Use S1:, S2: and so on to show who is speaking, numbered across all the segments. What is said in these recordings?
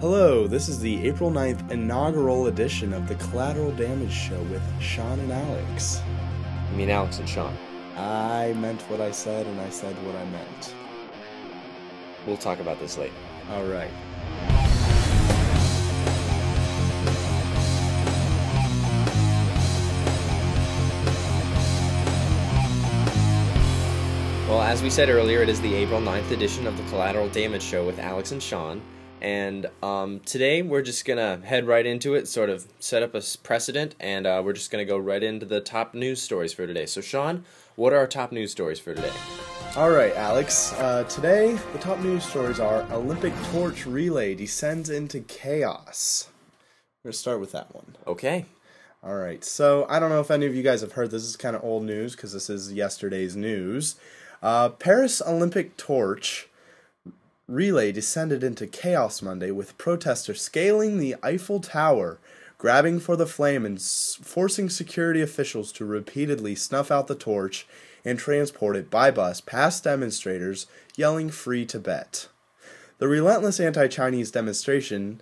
S1: Hello, this is the April 9th inaugural edition of the Collateral Damage Show with Sean and Alex.
S2: I mean, Alex and Sean.
S1: I meant what I said, and I said what I meant.
S2: We'll talk about this later.
S1: All right.
S2: Well, as we said earlier, it is the April 9th edition of the Collateral Damage Show with Alex and Sean. And um, today we're just going to head right into it, sort of set up a s- precedent, and uh, we're just going to go right into the top news stories for today. So, Sean, what are our top news stories for today?
S1: All right, Alex. Uh, today, the top news stories are Olympic torch relay descends into chaos. We're going to start with that one.
S2: Okay.
S1: All right. So I don't know if any of you guys have heard. This is kind of old news because this is yesterday's news. Uh, Paris Olympic torch relay descended into chaos Monday with protesters scaling the Eiffel Tower, grabbing for the flame and s- forcing security officials to repeatedly snuff out the torch and transport it by bus past demonstrators yelling "Free Tibet." The relentless anti-Chinese demonstration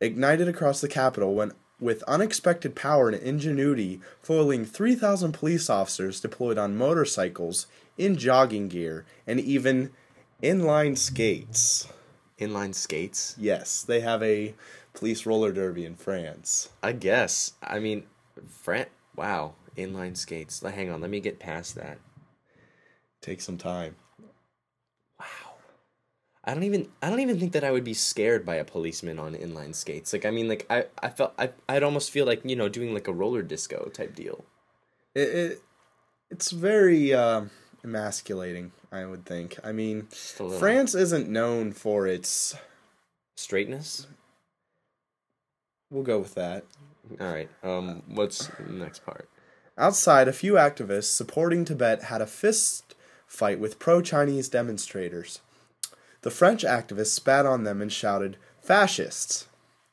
S1: ignited across the capital when with unexpected power and ingenuity foiling 3000 police officers deployed on motorcycles in jogging gear and even inline skates
S2: Inline skates?
S1: yes they have a police roller derby in france
S2: I guess. I mean, Fran. Wow. Inline skates. Le- Hang on. Let me get past that.
S1: take some time
S2: I don't even I don't even think that I would be scared by a policeman on inline skates. Like I mean like I, I felt I I'd almost feel like, you know, doing like a roller disco type deal.
S1: it, it it's very uh, emasculating i would think i mean
S2: Just a little
S1: france isn't known for its
S2: straightness.
S1: we'll go with that
S2: All right. Um what's the next part?
S1: Outside, a few activists supporting Tibet had a fist fight with pro Chinese demonstrators. The French activists spat on them and shouted, Fascists!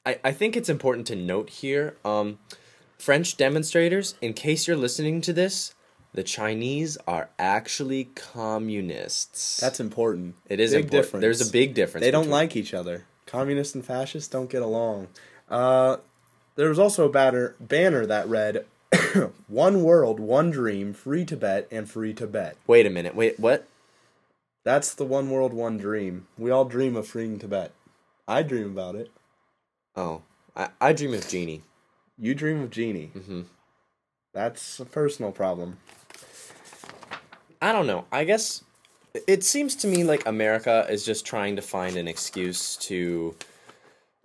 S2: I, I think it's important to note here, um, French demonstrators, in case you're listening to this, the Chinese are actually communists.
S1: That's important.
S2: it is
S1: Big
S2: important.
S1: difference.
S2: There's a big difference.
S1: They don't
S2: between-
S1: like each other. Communists and fascists don't get along. Uh, there was also a banner, banner that read, One World, One Dream, Free Tibet, and Free Tibet.
S2: Wait a minute. Wait, what?
S1: That's the One World, One Dream. We all dream of freeing Tibet. I dream about it.
S2: Oh, I, I dream of Genie.
S1: You dream of Genie. Mm-hmm. That's a personal problem.
S2: I don't know. I guess it seems to me like America is just trying to find an excuse to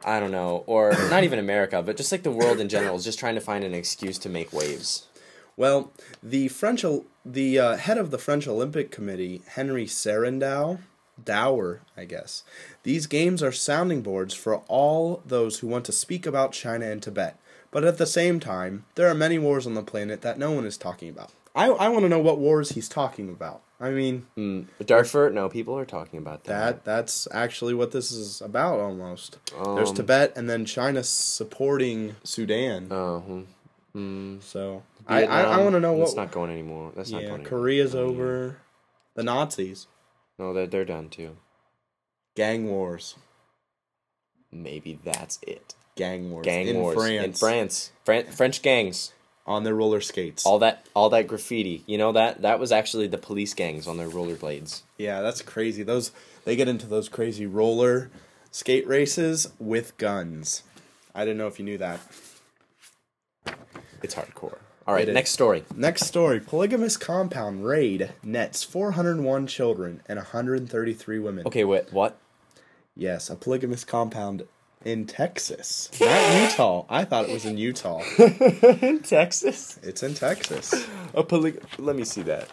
S2: I don't know, or not even America, but just like the world in general is just trying to find an excuse to make waves.
S1: Well, the French, Ol- the uh, head of the French Olympic Committee, Henry Serendow, Dower, I guess. These games are sounding boards for all those who want to speak about China and Tibet. But at the same time, there are many wars on the planet that no one is talking about. I, I want to know what wars he's talking about. I mean,
S2: Darfur, no, people are talking about
S1: That
S2: that.
S1: that's actually what this is about almost. There's Tibet and then China supporting Sudan.
S2: Oh, hmm.
S1: so I, I, I
S2: Vietnam,
S1: want to know
S2: That's
S1: what.
S2: not going anymore. That's not
S1: yeah,
S2: going anymore.
S1: Korea's over. The Nazis,
S2: No, they're, they're done too.
S1: gang wars,
S2: Maybe that's it.
S1: gang wars,
S2: Gang
S1: in
S2: wars
S1: France,
S2: in France. Fran- French gangs.
S1: on their roller skates.
S2: All that all that graffiti. You know that that was actually the police gangs on their rollerblades.
S1: yeah, that's crazy. Those they get into those crazy roller skate races with guns. I didn't know if you knew that.
S2: It's hardcore. All right,
S1: It is.
S2: next story.
S1: Next story polygamous compound raid nets 401 children and 133 women.
S2: Okay, wait, what?
S1: Yes, a polygamous compound in Texas. Not Utah. I thought it was in Utah.
S2: Texas?
S1: It's in Texas.
S2: A polyg- Let me see that.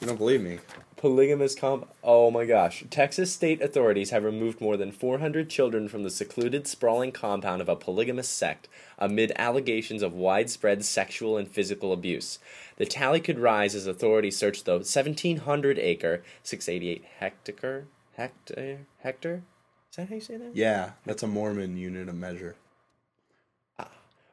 S1: You don't believe me.
S2: Polygamous comp. Oh my gosh. Texas state authorities have removed more than 400 children from the secluded, sprawling compound of a polygamous sect amid allegations of widespread sexual and physical abuse. The tally could rise as authorities searched the 1,700 acre, 688 hectare. Hectare? Hectare? Is that how you say that?
S1: Yeah, that's a Mormon unit of measure.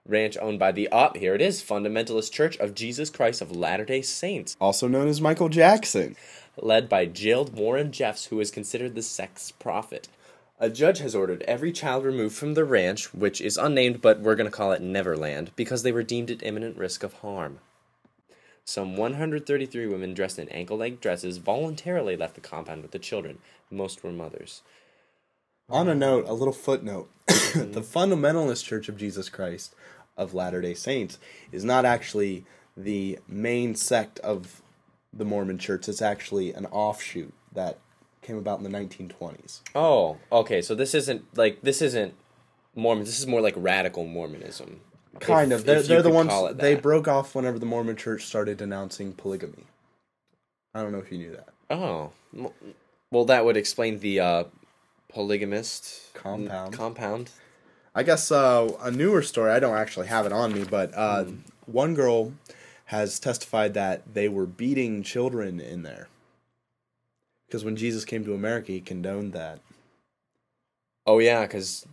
S2: Ranch owned by the op. Here it is Fundamentalist Church of Jesus Christ of Latter day Saints.
S1: Also known as Michael Jackson.
S2: led by jailed Warren Jeffs, who is considered the sex prophet. A judge has ordered every child removed from the ranch, which is unnamed, but we're going to call it Neverland, because they were deemed at imminent risk of harm. Some 133 women dressed in ankle length dresses voluntarily left the compound with the children. Most were mothers.
S1: On a note, a little footnote
S2: Mm-hmm.
S1: the Fundamentalist Church of Jesus Christ of Latter day Saints is not actually the main sect of the Mormon Church, it's actually an offshoot that came about in the 1920s.
S2: Oh, okay. So this isn't like this isn't Mormon. This is more like radical Mormonism.
S1: Kind
S2: If-
S1: of. They're,
S2: if you
S1: they're the
S2: could
S1: ones
S2: call it
S1: they
S2: that.
S1: broke off whenever the Mormon Church started denouncing polygamy. I don't know if you knew that.
S2: Oh, M- well, that would explain the uh, polygamist
S1: Compound.
S2: Compound.
S1: I guess uh, a newer story. I don't actually have it on me, but uh,
S2: Hmm.
S1: one girl has testified that they were beating children in there because when Jesus came to America, he condoned that.
S2: Oh yeah, because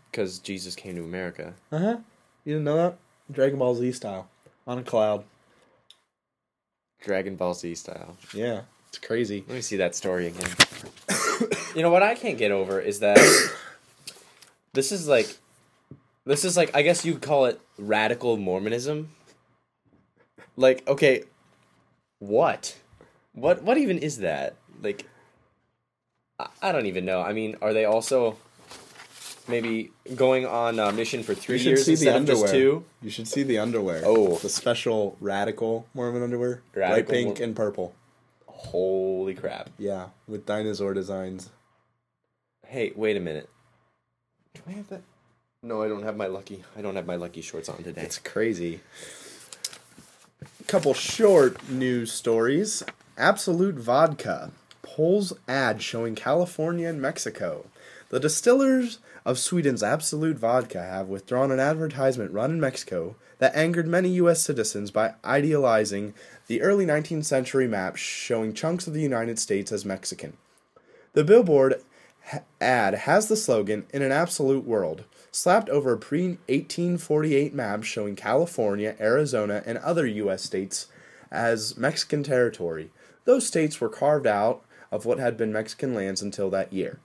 S2: Jesus came to America.
S1: Uh huh. You didn't know that? Dragon Ball Z style on a cloud.
S2: Dragon Ball Z style.
S1: Yeah, it's crazy.
S2: Let me see that story again. you know what I can't get over is that this is like this is like I guess you'd call it radical Mormonism. Like, okay, what? What what even is that? Like I, I don't even know. I mean, are they also maybe going on a mission for 3
S1: You should
S2: years
S1: see the
S2: instead of
S1: underwear.
S2: just 2?
S1: You should see the underwear.
S2: Oh.
S1: the special radical Mormon underwear, bright
S2: Radical
S1: pink
S2: Mor-
S1: and purple.
S2: Holy crap.
S1: Yeah, with dinosaur designs.
S2: Hey, wait a minute. Do I have that? No, I don't have my lucky. I don't have my lucky shorts on today.
S1: It's crazy. Couple short news stories. Absolute Vodka polls ad showing California and Mexico. The distillers of Sweden's Absolute Vodka have withdrawn an advertisement run in Mexico that angered many U.S. citizens by idealizing the early 19th century map showing chunks of the United States as Mexican. The billboard ha- ad has the slogan "In an absolute world," slapped over a pre-1848 map showing California, Arizona, and other U.S. states as Mexican territory. Those states were carved out of what had been Mexican lands until that year.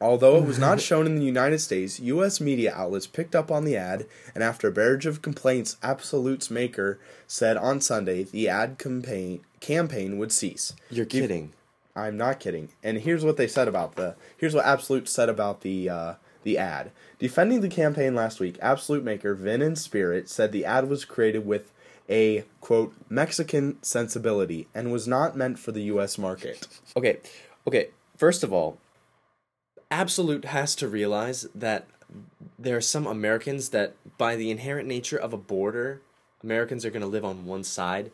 S1: Although it was not shown in the United States, U.S. media outlets picked up on the ad, and after a barrage of complaints, Absolute's maker said on Sunday the ad campaign campaign would cease.
S2: You're kidding.
S1: I'm not kidding. And here's what they said about the here's what Absolute said about the uh, the ad. Defending the campaign last week, Absolute maker Vin and Spirit said the ad was created with a quote Mexican sensibility and was not meant for the U.S. market.
S2: Okay, okay. First of all, Absolute has to realize that there are some Americans that, by the inherent nature of a border, Americans are going to live on one side.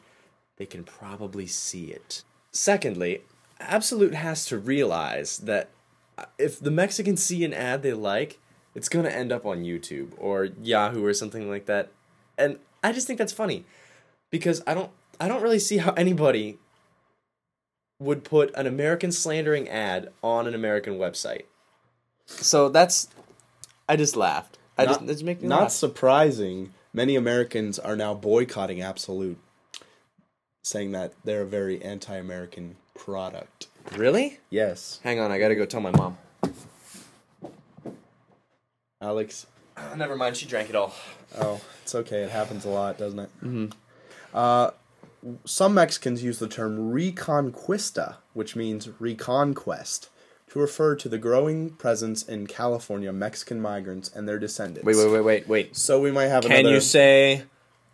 S2: They can probably see it. Secondly, Absolute has to realize that if the Mexicans see an ad they like, it's going to end up on YouTube or Yahoo or something like that. And I just think that's funny because I don't I don't really see how anybody would put an American slandering ad on an American website. So that's I just laughed. I just it just make me
S1: not
S2: laugh.
S1: surprising. Many Americans are now boycotting Absolute, saying that they're a very anti-American product.
S2: Really?
S1: Yes,
S2: Hang on, I gotta go tell my mom.
S1: Alex,
S2: Never mind, she drank it all.
S1: Oh, it's okay. It happens a lot, doesn't it? Mm-hmm. Uh, some Mexicans use the term reconquista, which means reconquest, to refer to the growing presence in California Mexican migrants and their descendants.
S2: Wait, wait, wait, wait, wait.
S1: So we might have
S2: Can
S1: another.
S2: you say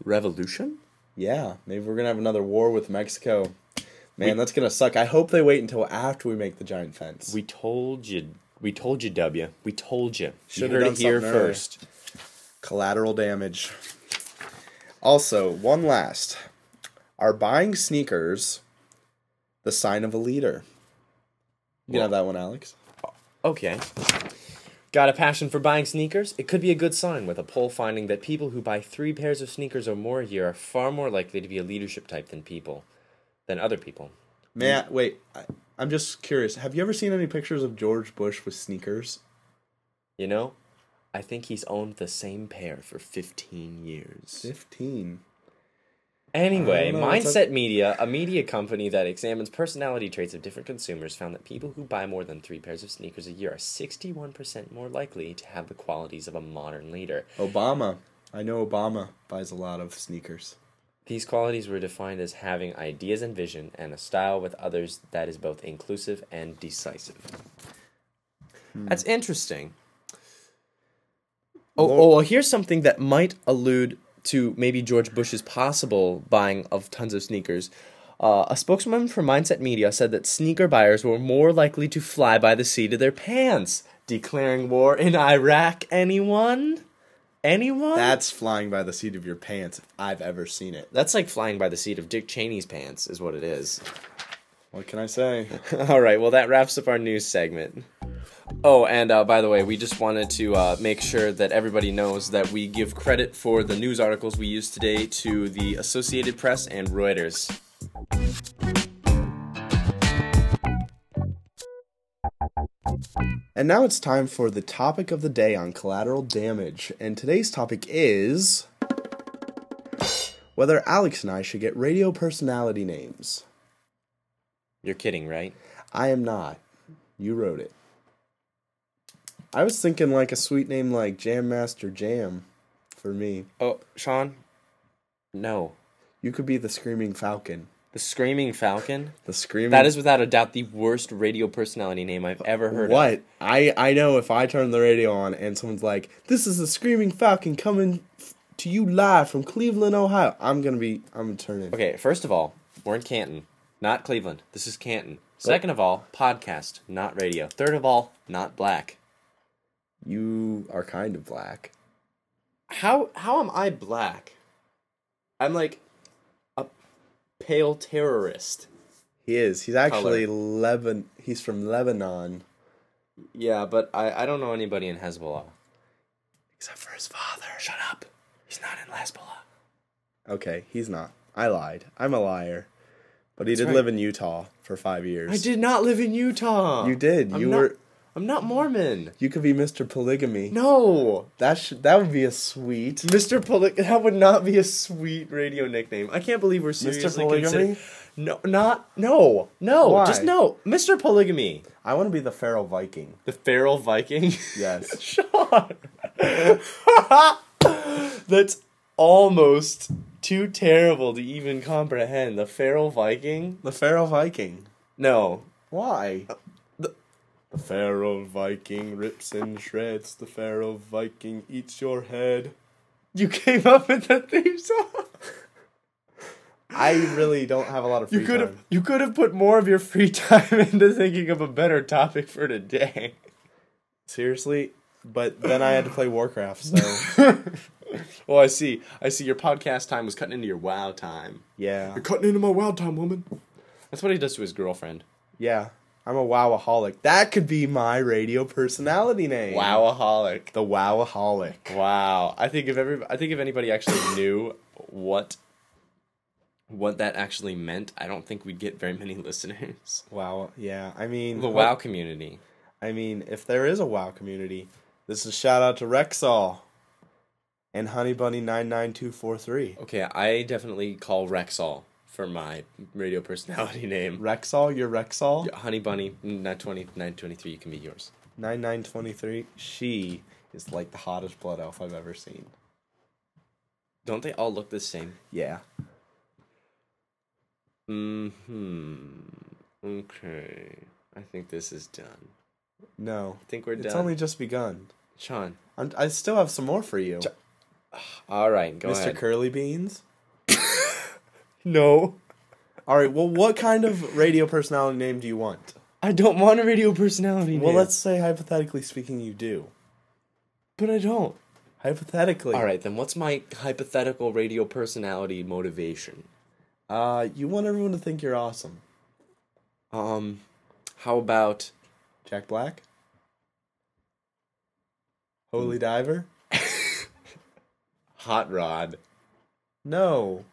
S2: revolution?
S1: yeah, maybe we're gonna have another war with Mexico. Man, that's gonna suck. I hope they wait until after we make the giant fence.
S2: We told you. We told you, W. We told you.
S1: Should've
S2: you heard
S1: done
S2: it here
S1: something earlier.
S2: first.
S1: collateral damage. Also, one last. Are buying sneakers the sign of a leader? You can have that one, Alex.
S2: Okay. Got a passion for buying sneakers? It could be a good sign with a poll finding that people who buy three pairs of sneakers or more a year are far more likely to be a leadership type than people, than other people.
S1: May I, wait, I, I'm just curious. Have you ever seen any pictures of George Bush with sneakers?
S2: You know, I think he's owned the same pair for 15 years.
S1: 15.
S2: Anyway,
S1: I don't know, it's
S2: Mindset Media, a media company that examines personality traits of different consumers, found that people who buy more than three pairs of sneakers a year are 61% more likely to have the qualities of a modern leader.
S1: Obama. I know Obama buys a lot of sneakers.
S2: These qualities were defined as having ideas and vision and a style with others that is both inclusive and decisive. That's interesting. Oh,
S1: Lord-
S2: oh, well, here's something that might allude to maybe George Bush's possible buying of tons of sneakers. Uh, a spokeswoman for Mindset Media said that sneaker buyers were more likely to fly by the seat of their pants, declaring war in Iraq. Anyone? Anyone?
S1: That's flying by the seat of your pants if I've ever seen it.
S2: That's like flying by the seat of Dick Cheney's pants, is what it is.
S1: What can I say?
S2: All right, well, that wraps up our news segment. Oh, and uh, by the way, we just wanted to uh, make sure that everybody knows that we give credit for the news articles we used today to the Associated Press and Reuters.
S1: And now it's time for the topic of the day on collateral damage. And today's topic is whether Alex and I should get radio personality names.
S2: You're kidding, right?
S1: I am not. You wrote it. I was thinking like a sweet name like Jam Master Jam for me.
S2: Oh, Sean? No.
S1: You could be the Screaming Falcon.
S2: The Screaming Falcon?
S1: The Screaming
S2: That is without a doubt the worst radio personality name I've ever heard of.
S1: What? I I know if I turn the radio on and someone's like, "This is the Screaming Falcon coming f- to you live from Cleveland, Ohio." I'm going to be I'm going to turn it.
S2: Okay, first of all, we're in Canton, not Cleveland. This is Canton. Second of all, podcast, not radio. Third of all, not black.
S1: You are kind of black.
S2: How how am I black? I'm like a pale terrorist.
S1: He is. He's actually Lebanon. He's from Lebanon,
S2: Yeah, but I, I don't know anybody in Hezbollah.
S1: except for his father.
S2: Shut up. He's not in Hezbollah.
S1: Okay, he's not. I lied. I'm a liar. But he did
S2: right.
S1: live in Utah for 5 years.
S2: I did not live in Utah.
S1: You did.
S2: I'm
S1: you
S2: not-
S1: were
S2: I'm not Mormon.
S1: you could be Mr. Polygamy.
S2: No.
S1: That should that would be a sweet
S2: Mr. Poly- that would not be a sweet radio nickname. I can't believe we're seriously
S1: Polygamy?
S2: consider- No, not no, no,
S1: Why?
S2: just no. Mr. Polygamy,
S1: I want to be the feral Viking.
S2: the feral Viking.
S1: Yes.
S2: Sean, that's almost too terrible to even comprehend. The feral Viking.
S1: the feral Viking.
S2: No,
S1: Why? The feral Viking rips and shreds. The feral Viking eats your head.
S2: you came up with that theme song.
S1: I really don't have a lot of free
S2: You could have
S1: time.
S2: you could have put more of your free time into thinking of a better topic for today.
S1: Seriously, but then I had to play Warcraft, so
S2: Oh, I see. I see. Your podcast time was cutting into your wow time.
S1: yeah,
S2: cutting into my wow time, woman. That's what he does to his girlfriend.
S1: yeah. I'm a wowaholic. That could be my radio personality name.
S2: Wowaholic.
S1: the wowaholic.
S2: Wow. I think if every, I think if anybody actually knew what what that actually meant, I don't think we'd get very many listeners.
S1: Wow. Yeah. I mean,
S2: The wow community.
S1: I mean, if there is a WoW community, this is shout out to Rexall and Honey Bunny nine nine two four three.
S2: Okay, I definitely call Rexall for my radio personality name.
S1: Rexall, you're Rexall
S2: Honey Bunny, 920, 923, you can be yours.
S1: nine nine twenty three. She is like the hottest blood elf I've ever seen.
S2: Don't they all look the same?
S1: Yeah.
S2: Hmm. Okay. I think this is done.
S1: No,
S2: I think we're
S1: it's
S2: done.
S1: only just begun.
S2: Sean.
S1: I'm, I still have some more for you,
S2: All right, go
S1: Mr.
S2: ahead.
S1: Curly Beans.
S2: no,
S1: All right. Well, what kind of radio personality name do you want?
S2: I don't want a radio personality.
S1: Well,
S2: name,
S1: let's say hypothetically speaking, you do.
S2: But I don't.
S1: Hypothetically.
S2: All right, then. What's my hypothetical radio personality motivation?
S1: Uh, you want everyone to think you're awesome,
S2: Um, how about
S1: Jack Black.
S2: Hmm.
S1: Holy Diver.
S2: Hot Rod?
S1: No.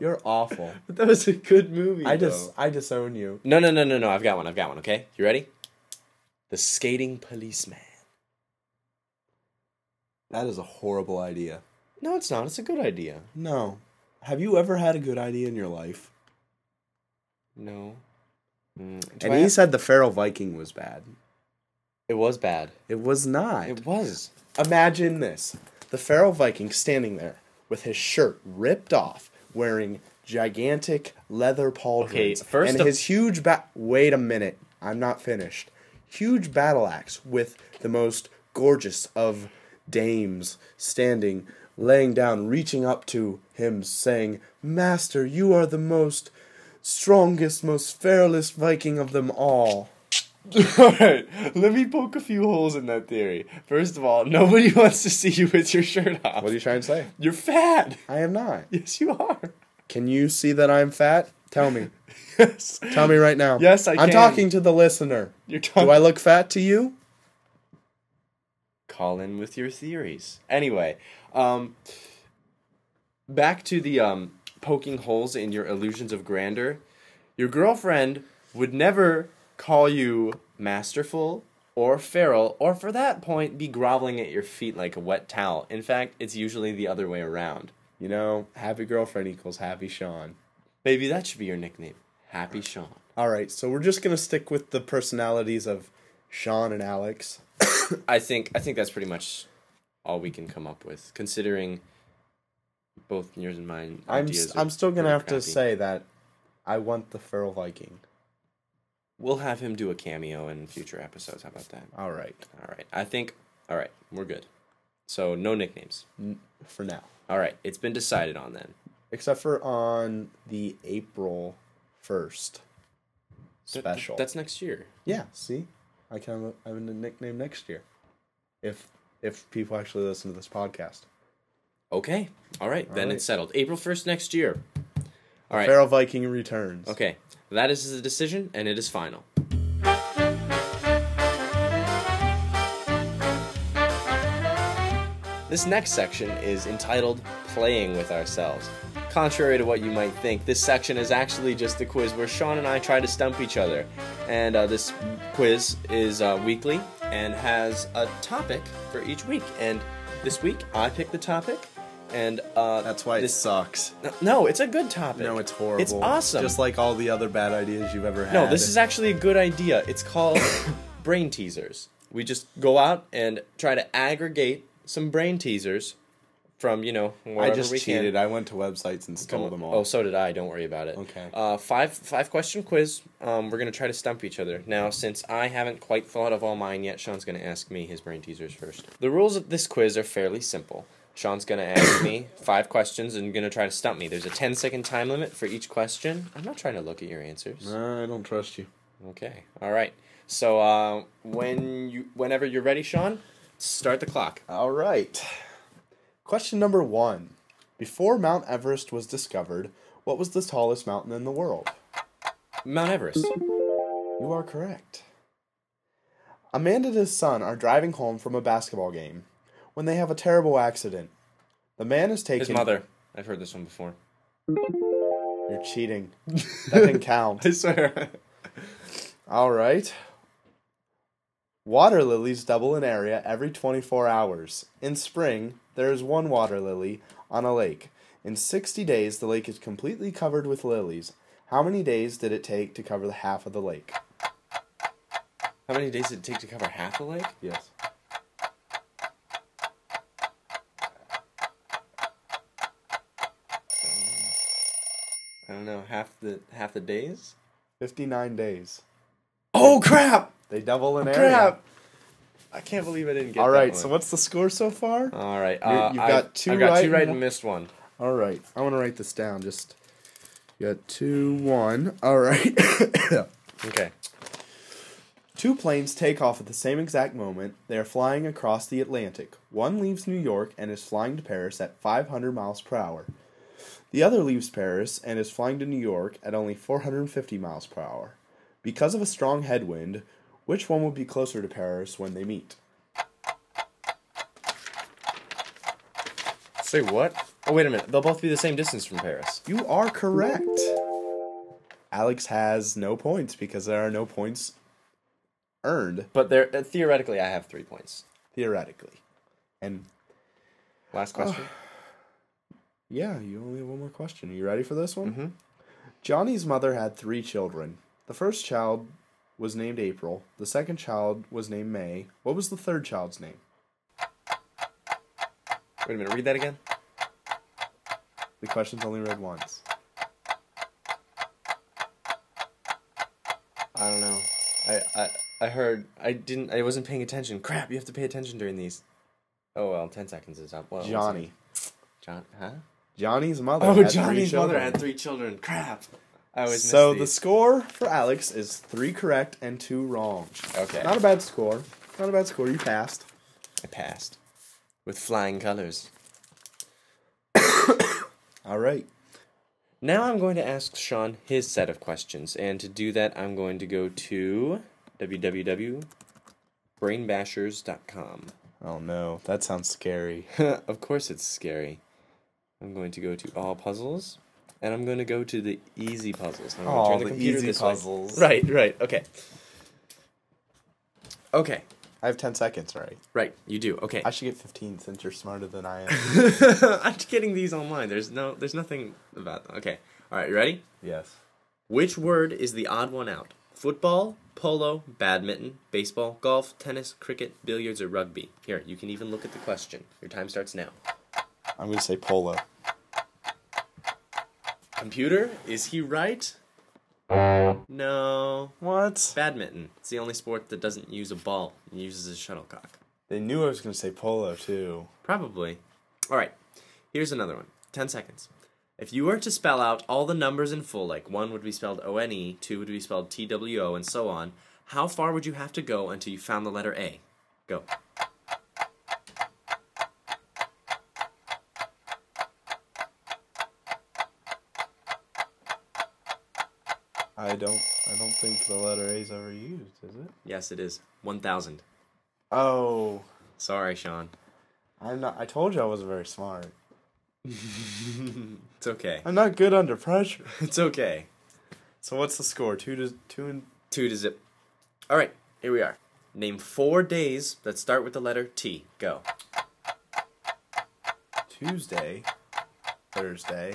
S1: You're awful.
S2: But that was a good movie.
S1: I just I disown you.
S2: No, no, no, no, no. I've got one. I've got one. Okay, you ready? The skating policeman.
S1: That is a horrible idea.
S2: No, it's not. It's a good idea.
S1: No. Have you ever had a good idea in your life?
S2: No. Mm. Do
S1: And
S2: I
S1: he
S2: have-
S1: said the feral Viking was bad.
S2: it was bad.
S1: It was not.
S2: It was.
S1: Imagine this the feral Viking standing there with his shirt ripped off, wearing gigantic leather pauldrons.
S2: first
S1: and
S2: of-
S1: his huge bat. Wait a minute, I'm not finished. Huge battle axe with the most gorgeous of dames standing, laying down, reaching up to him, saying, Master, you are the most strongest, most fearless Viking of them all.
S2: Alright, let me poke a few holes in that theory. First of all, nobody wants to see you with your shirt off.
S1: What are you trying to say?
S2: You're fat.
S1: I am not.
S2: Yes, you are.
S1: Can you see that I'm fat? Tell me.
S2: Yes.
S1: Tell me right now.
S2: Yes, I
S1: I'm
S2: can.
S1: talking to the listener.
S2: You're
S1: Do
S2: talking.
S1: I look fat to you?
S2: Call in with your theories. Anyway, um, back to the um, poking holes in your illusions of grandeur. Your girlfriend would never call you masterful or feral, or for that point, be groveling at your feet like a wet towel. In fact, it's usually the other way around.
S1: You know, happy girlfriend equals happy Sean.
S2: Maybe that should be your nickname, Happy Sean.
S1: All right, so we're just gonna stick with the personalities of Sean and Alex.
S2: I think I think that's pretty much all we can come up with, considering both yours and mine.
S1: I'm
S2: ideas
S1: s-
S2: are
S1: I'm still gonna
S2: pretty
S1: have to
S2: crappy.
S1: say that I want the feral Viking.
S2: we'll have him do a cameo in future episodes. How about that?
S1: All right,
S2: All right. I think. All right, we're good. So no nicknames.
S1: for now,
S2: All right, it's been decided on then.
S1: except for on the April first
S2: Th- th-
S1: special.
S2: That's next year.
S1: yeah. See, I can have a, have a nickname next year, if if people actually listen to this podcast.
S2: Okay. All right. then
S1: right.
S2: it's settled. April first next year. All right.
S1: Feral Viking returns.
S2: Okay. That is the decision, and it is final. This next section is entitled Playing with Ourselves. Contrary to what you might think, this section is actually just a quiz where Sean and I try to stump each other. And uh, this quiz is uh, weekly and has a topic for each week. And this week, I picked the topic, and uh,
S1: That's why it
S2: this.
S1: sucks.
S2: No, it's a good topic.
S1: No, it's horrible.
S2: It's awesome.
S1: Just like all the other bad ideas you've ever had.
S2: No, this is actually a good idea. It's called brain teasers. We just go out and try to aggregate some brain teasers from you know
S1: I
S2: wherever
S1: just
S2: we can.
S1: cheated. I went to websites and stole them all.
S2: Oh, so did I. Don't worry about it.
S1: Okay.
S2: Uh, five five question quiz. Um, we're gonna try to stump each other. Now, since I haven't quite thought of all mine yet, Sean's gonna ask me his brain teasers first. The rules of this quiz are fairly simple. Sean's gonna ask me five questions and gonna try to stump me. There's a 10 second time limit for each question. I'm not trying to look at your answers.
S1: I don't trust you.
S2: Okay. All right. So uh, when you, whenever you're ready, Sean, start the clock.
S1: All right. Question number one. Before Mount Everest was discovered, what was the tallest mountain in the world?
S2: Mount Everest.
S1: You are correct. Amanda and his son are driving home from a basketball game when they have a terrible accident. The man is taken.
S2: His mother. I've heard this one before.
S1: You're cheating. That didn't count.
S2: I swear.
S1: All right. Water lilies double in area every 24 hours. In spring, there is one water lily on a lake. In 60 days, the lake is completely covered with lilies. How many days did it take to cover the half of the lake?
S2: How many days did it take to cover half a lake?
S1: Yes.
S2: I don't know. Half the half the days.
S1: 59 days.
S2: Oh crap!
S1: They double in area.
S2: Crap! I can't believe I didn't get.
S1: All
S2: that
S1: right,
S2: one.
S1: so what's the score so far?
S2: All right. Uh,
S1: you've
S2: I-
S1: got two
S2: I got
S1: right
S2: two
S1: and
S2: right and
S1: one-
S2: missed one.
S1: All right, I want to write this down. Just you got two, one. All right.
S2: Okay.
S1: Two planes take off at the same exact moment. They are flying across the Atlantic. One leaves New York and is flying to Paris at 500 miles per hour. The other leaves Paris and is flying to New York at only 450 miles per hour. Because of a strong headwind, which one will be closer to Paris when they meet?
S2: Say what? Oh wait a minute. They'll both be the same distance from Paris.
S1: You are correct. Alex has no points because there are no points earned,
S2: But there uh, theoretically, I have three points.
S1: theoretically. And
S2: Last question.
S1: Yeah, you only have one more question. Are you ready for this one? Johnny's mother had three children. The first child was named April. The second child was named May. What was the third child's name?
S2: Wait a minute, read that again.
S1: The question's only read once.
S2: I don't know. I, I I heard I didn't I wasn't paying attention. Crap, you have to pay attention during these. Oh well, ten seconds is up. Well,
S1: Johnny.
S2: John huh?
S1: Johnny's mother.
S2: Oh
S1: had three
S2: Johnny's mother
S1: children.
S2: had three children. Crap. I always
S1: So the
S2: miss
S1: score for Alex is three correct and two wrong.
S2: these. Okay.
S1: Not a bad score. Not a bad score. You passed.
S2: I passed. With flying colors.
S1: All right.
S2: Now I'm going to ask Sean his set of questions, and to do that, I'm going to go to www.brainbashers.com.
S1: Oh no, that sounds scary.
S2: of course, it's scary. I'm going to go to all puzzles, and I'm going to go to the easy puzzles. I'm gonna
S1: Oh, the easy
S2: way.
S1: puzzles.
S2: Right, right. Okay. Okay.
S1: I have ten seconds, right?
S2: Right. You do. Okay.
S1: I should get fifteen since you're smarter than I am.
S2: I'm getting these online. There's no. There's nothing about. Okay. All right. You ready?
S1: yes.
S2: Which word is the odd one out? Football, polo, badminton, baseball, golf, tennis, cricket, billiards, or rugby? Here, you can even look at the question. Your time starts now.
S1: I'm gonna say polo.
S2: Computer, is he right? No.
S1: What?
S2: Badminton. It's the only sport that doesn't use a ball, it uses a shuttlecock.
S1: They knew I was gonna say polo too.
S2: Probably. All right. Here's another one. 10 seconds. If you were to spell out all the numbers in full, like one would be spelled O N E, two would be spelled T W O, and so on, how far would you have to go until you found the letter A? Go.
S1: I don't. I don't think the letter A's ever used, is it?
S2: Yes, it is. 1,000.
S1: Oh,
S2: Sorry, Sean.
S1: I'm not. I told you I wasn't very smart.
S2: It's okay.
S1: I'm not good under pressure.
S2: It's okay.
S1: So what's the score? Two to two and
S2: Two to zip. All right, here we are. Name four days that start with the letter T. Go.
S1: Tuesday, Thursday.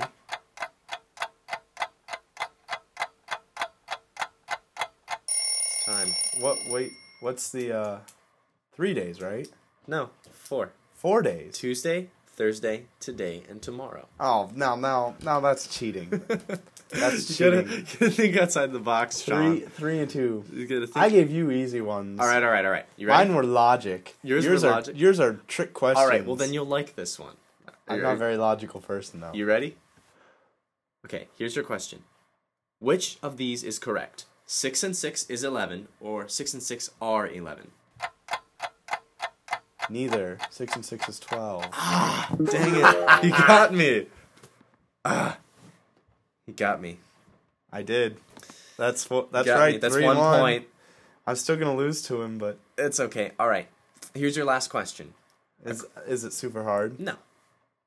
S2: Time.
S1: What? Wait. What's the? uh Three days, right?
S2: No, four.
S1: Four days.
S2: Tuesday, Thursday, today, and tomorrow.
S1: Oh no, no, no! That's cheating. that's cheating.
S2: gotta think outside the box,
S1: Three, three and two.
S2: You gotta think.
S1: I gave you easy ones.
S2: all right, all right, all right. You ready?
S1: Mine were logic.
S2: Yours were
S1: are,
S2: logic?
S1: Yours are trick questions.
S2: all right. Well, then you'll like this one.
S1: I'm
S2: You
S1: not a
S2: ready?
S1: very logical person though.
S2: You ready? Okay, here's your question. Which of these is correct? 6 and 6 is 11, or 6 and 6 are 11?
S1: Neither. Six and six is twelve.
S2: Ah, Dang it. He got me. Ah. He got me.
S1: I did. That's fo- that's
S2: Got me.
S1: right.
S2: That's
S1: three
S2: one,
S1: and one
S2: point.
S1: I'm still gonna lose to him, but
S2: It's okay. All right. Here's your last question.
S1: is is it super hard?
S2: No.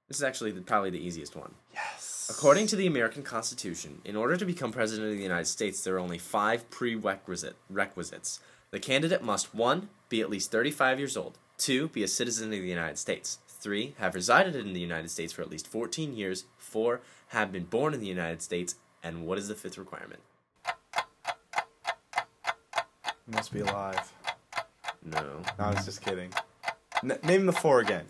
S2: This is actually the, probably the easiest one.
S1: Yes.
S2: According to the American Constitution, in order to become President of the United States, there are only five prerequisite requisites. The candidate must 1. be at least 35 years old, 2. be a citizen of the United States, 3. have resided in the United States for at least 14 years, 4. have been born in the United States, and what is the fifth requirement?
S1: You must be alive.
S2: No.
S1: No, I was just kidding. N- name the four again.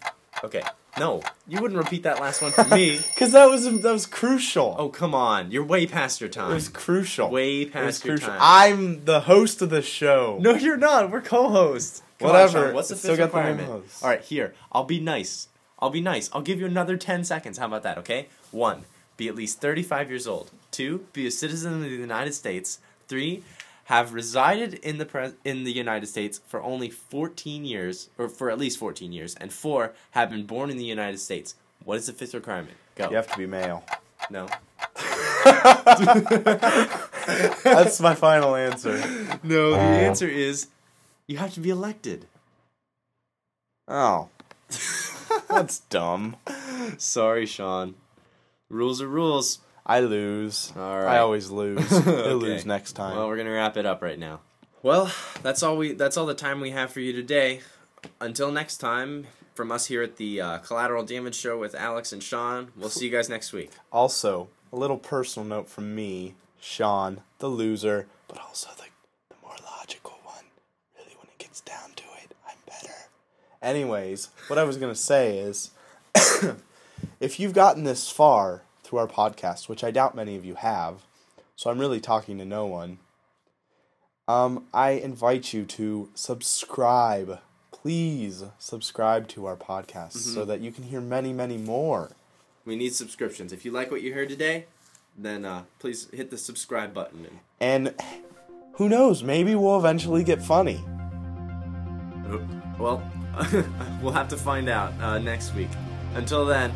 S2: Okay. No. You wouldn't repeat that last one for me.
S1: Because that was that was crucial.
S2: Oh, come on. You're way past your
S1: It
S2: time.
S1: was crucial.
S2: Way
S1: It was
S2: past your time.
S1: I'm the host of the show.
S2: No, you're not. We're co-hosts. Come on,
S1: Whatever.
S2: Sean, What's the
S1: It's
S2: fifth
S1: still got the name
S2: requirement?
S1: host.
S2: All right, here. I'll be nice. I'll be nice. I'll give you another ten seconds. How about that? Okay. One. Be at least thirty-five years old. Two. Be a citizen of the United States. Three. Have resided in the pres in the United States for only fourteen years, or for at least fourteen years. And four. Have been born in the United States. What is the fifth requirement? Go.
S1: You have to be male.
S2: No.
S1: That's my final answer.
S2: No. The
S1: Uh.
S2: answer is, you have to be elected.
S1: Oh. That's dumb.
S2: Sorry, Sean. Rules are rules.
S1: I lose.
S2: All right.
S1: I always lose. I
S2: Okay.
S1: lose next time.
S2: Well, we're gonna wrap it up right now. Well, that's all we that's all the time we have for you today. Until next time, from us here at the uh, Collateral Damage Show with Alex and Sean, we'll see you guys next week.
S1: Also, a little personal note from me, Sean, the loser, but also the, the more logical one. Really, when it gets down to it, I'm better. Anyways, what I was going to say is if you've gotten this far through our podcast, which I doubt many of you have, so I'm really talking to no one, um, I invite you to subscribe. Please subscribe to our podcast so that you can hear many, many more.
S2: We need subscriptions. If you like what you heard today, then uh, please hit the subscribe button. And
S1: And who knows, maybe we'll eventually get funny.
S2: Well, we'll have to find out uh, next week. Until then,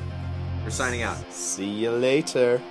S2: we're signing out.
S1: See you later.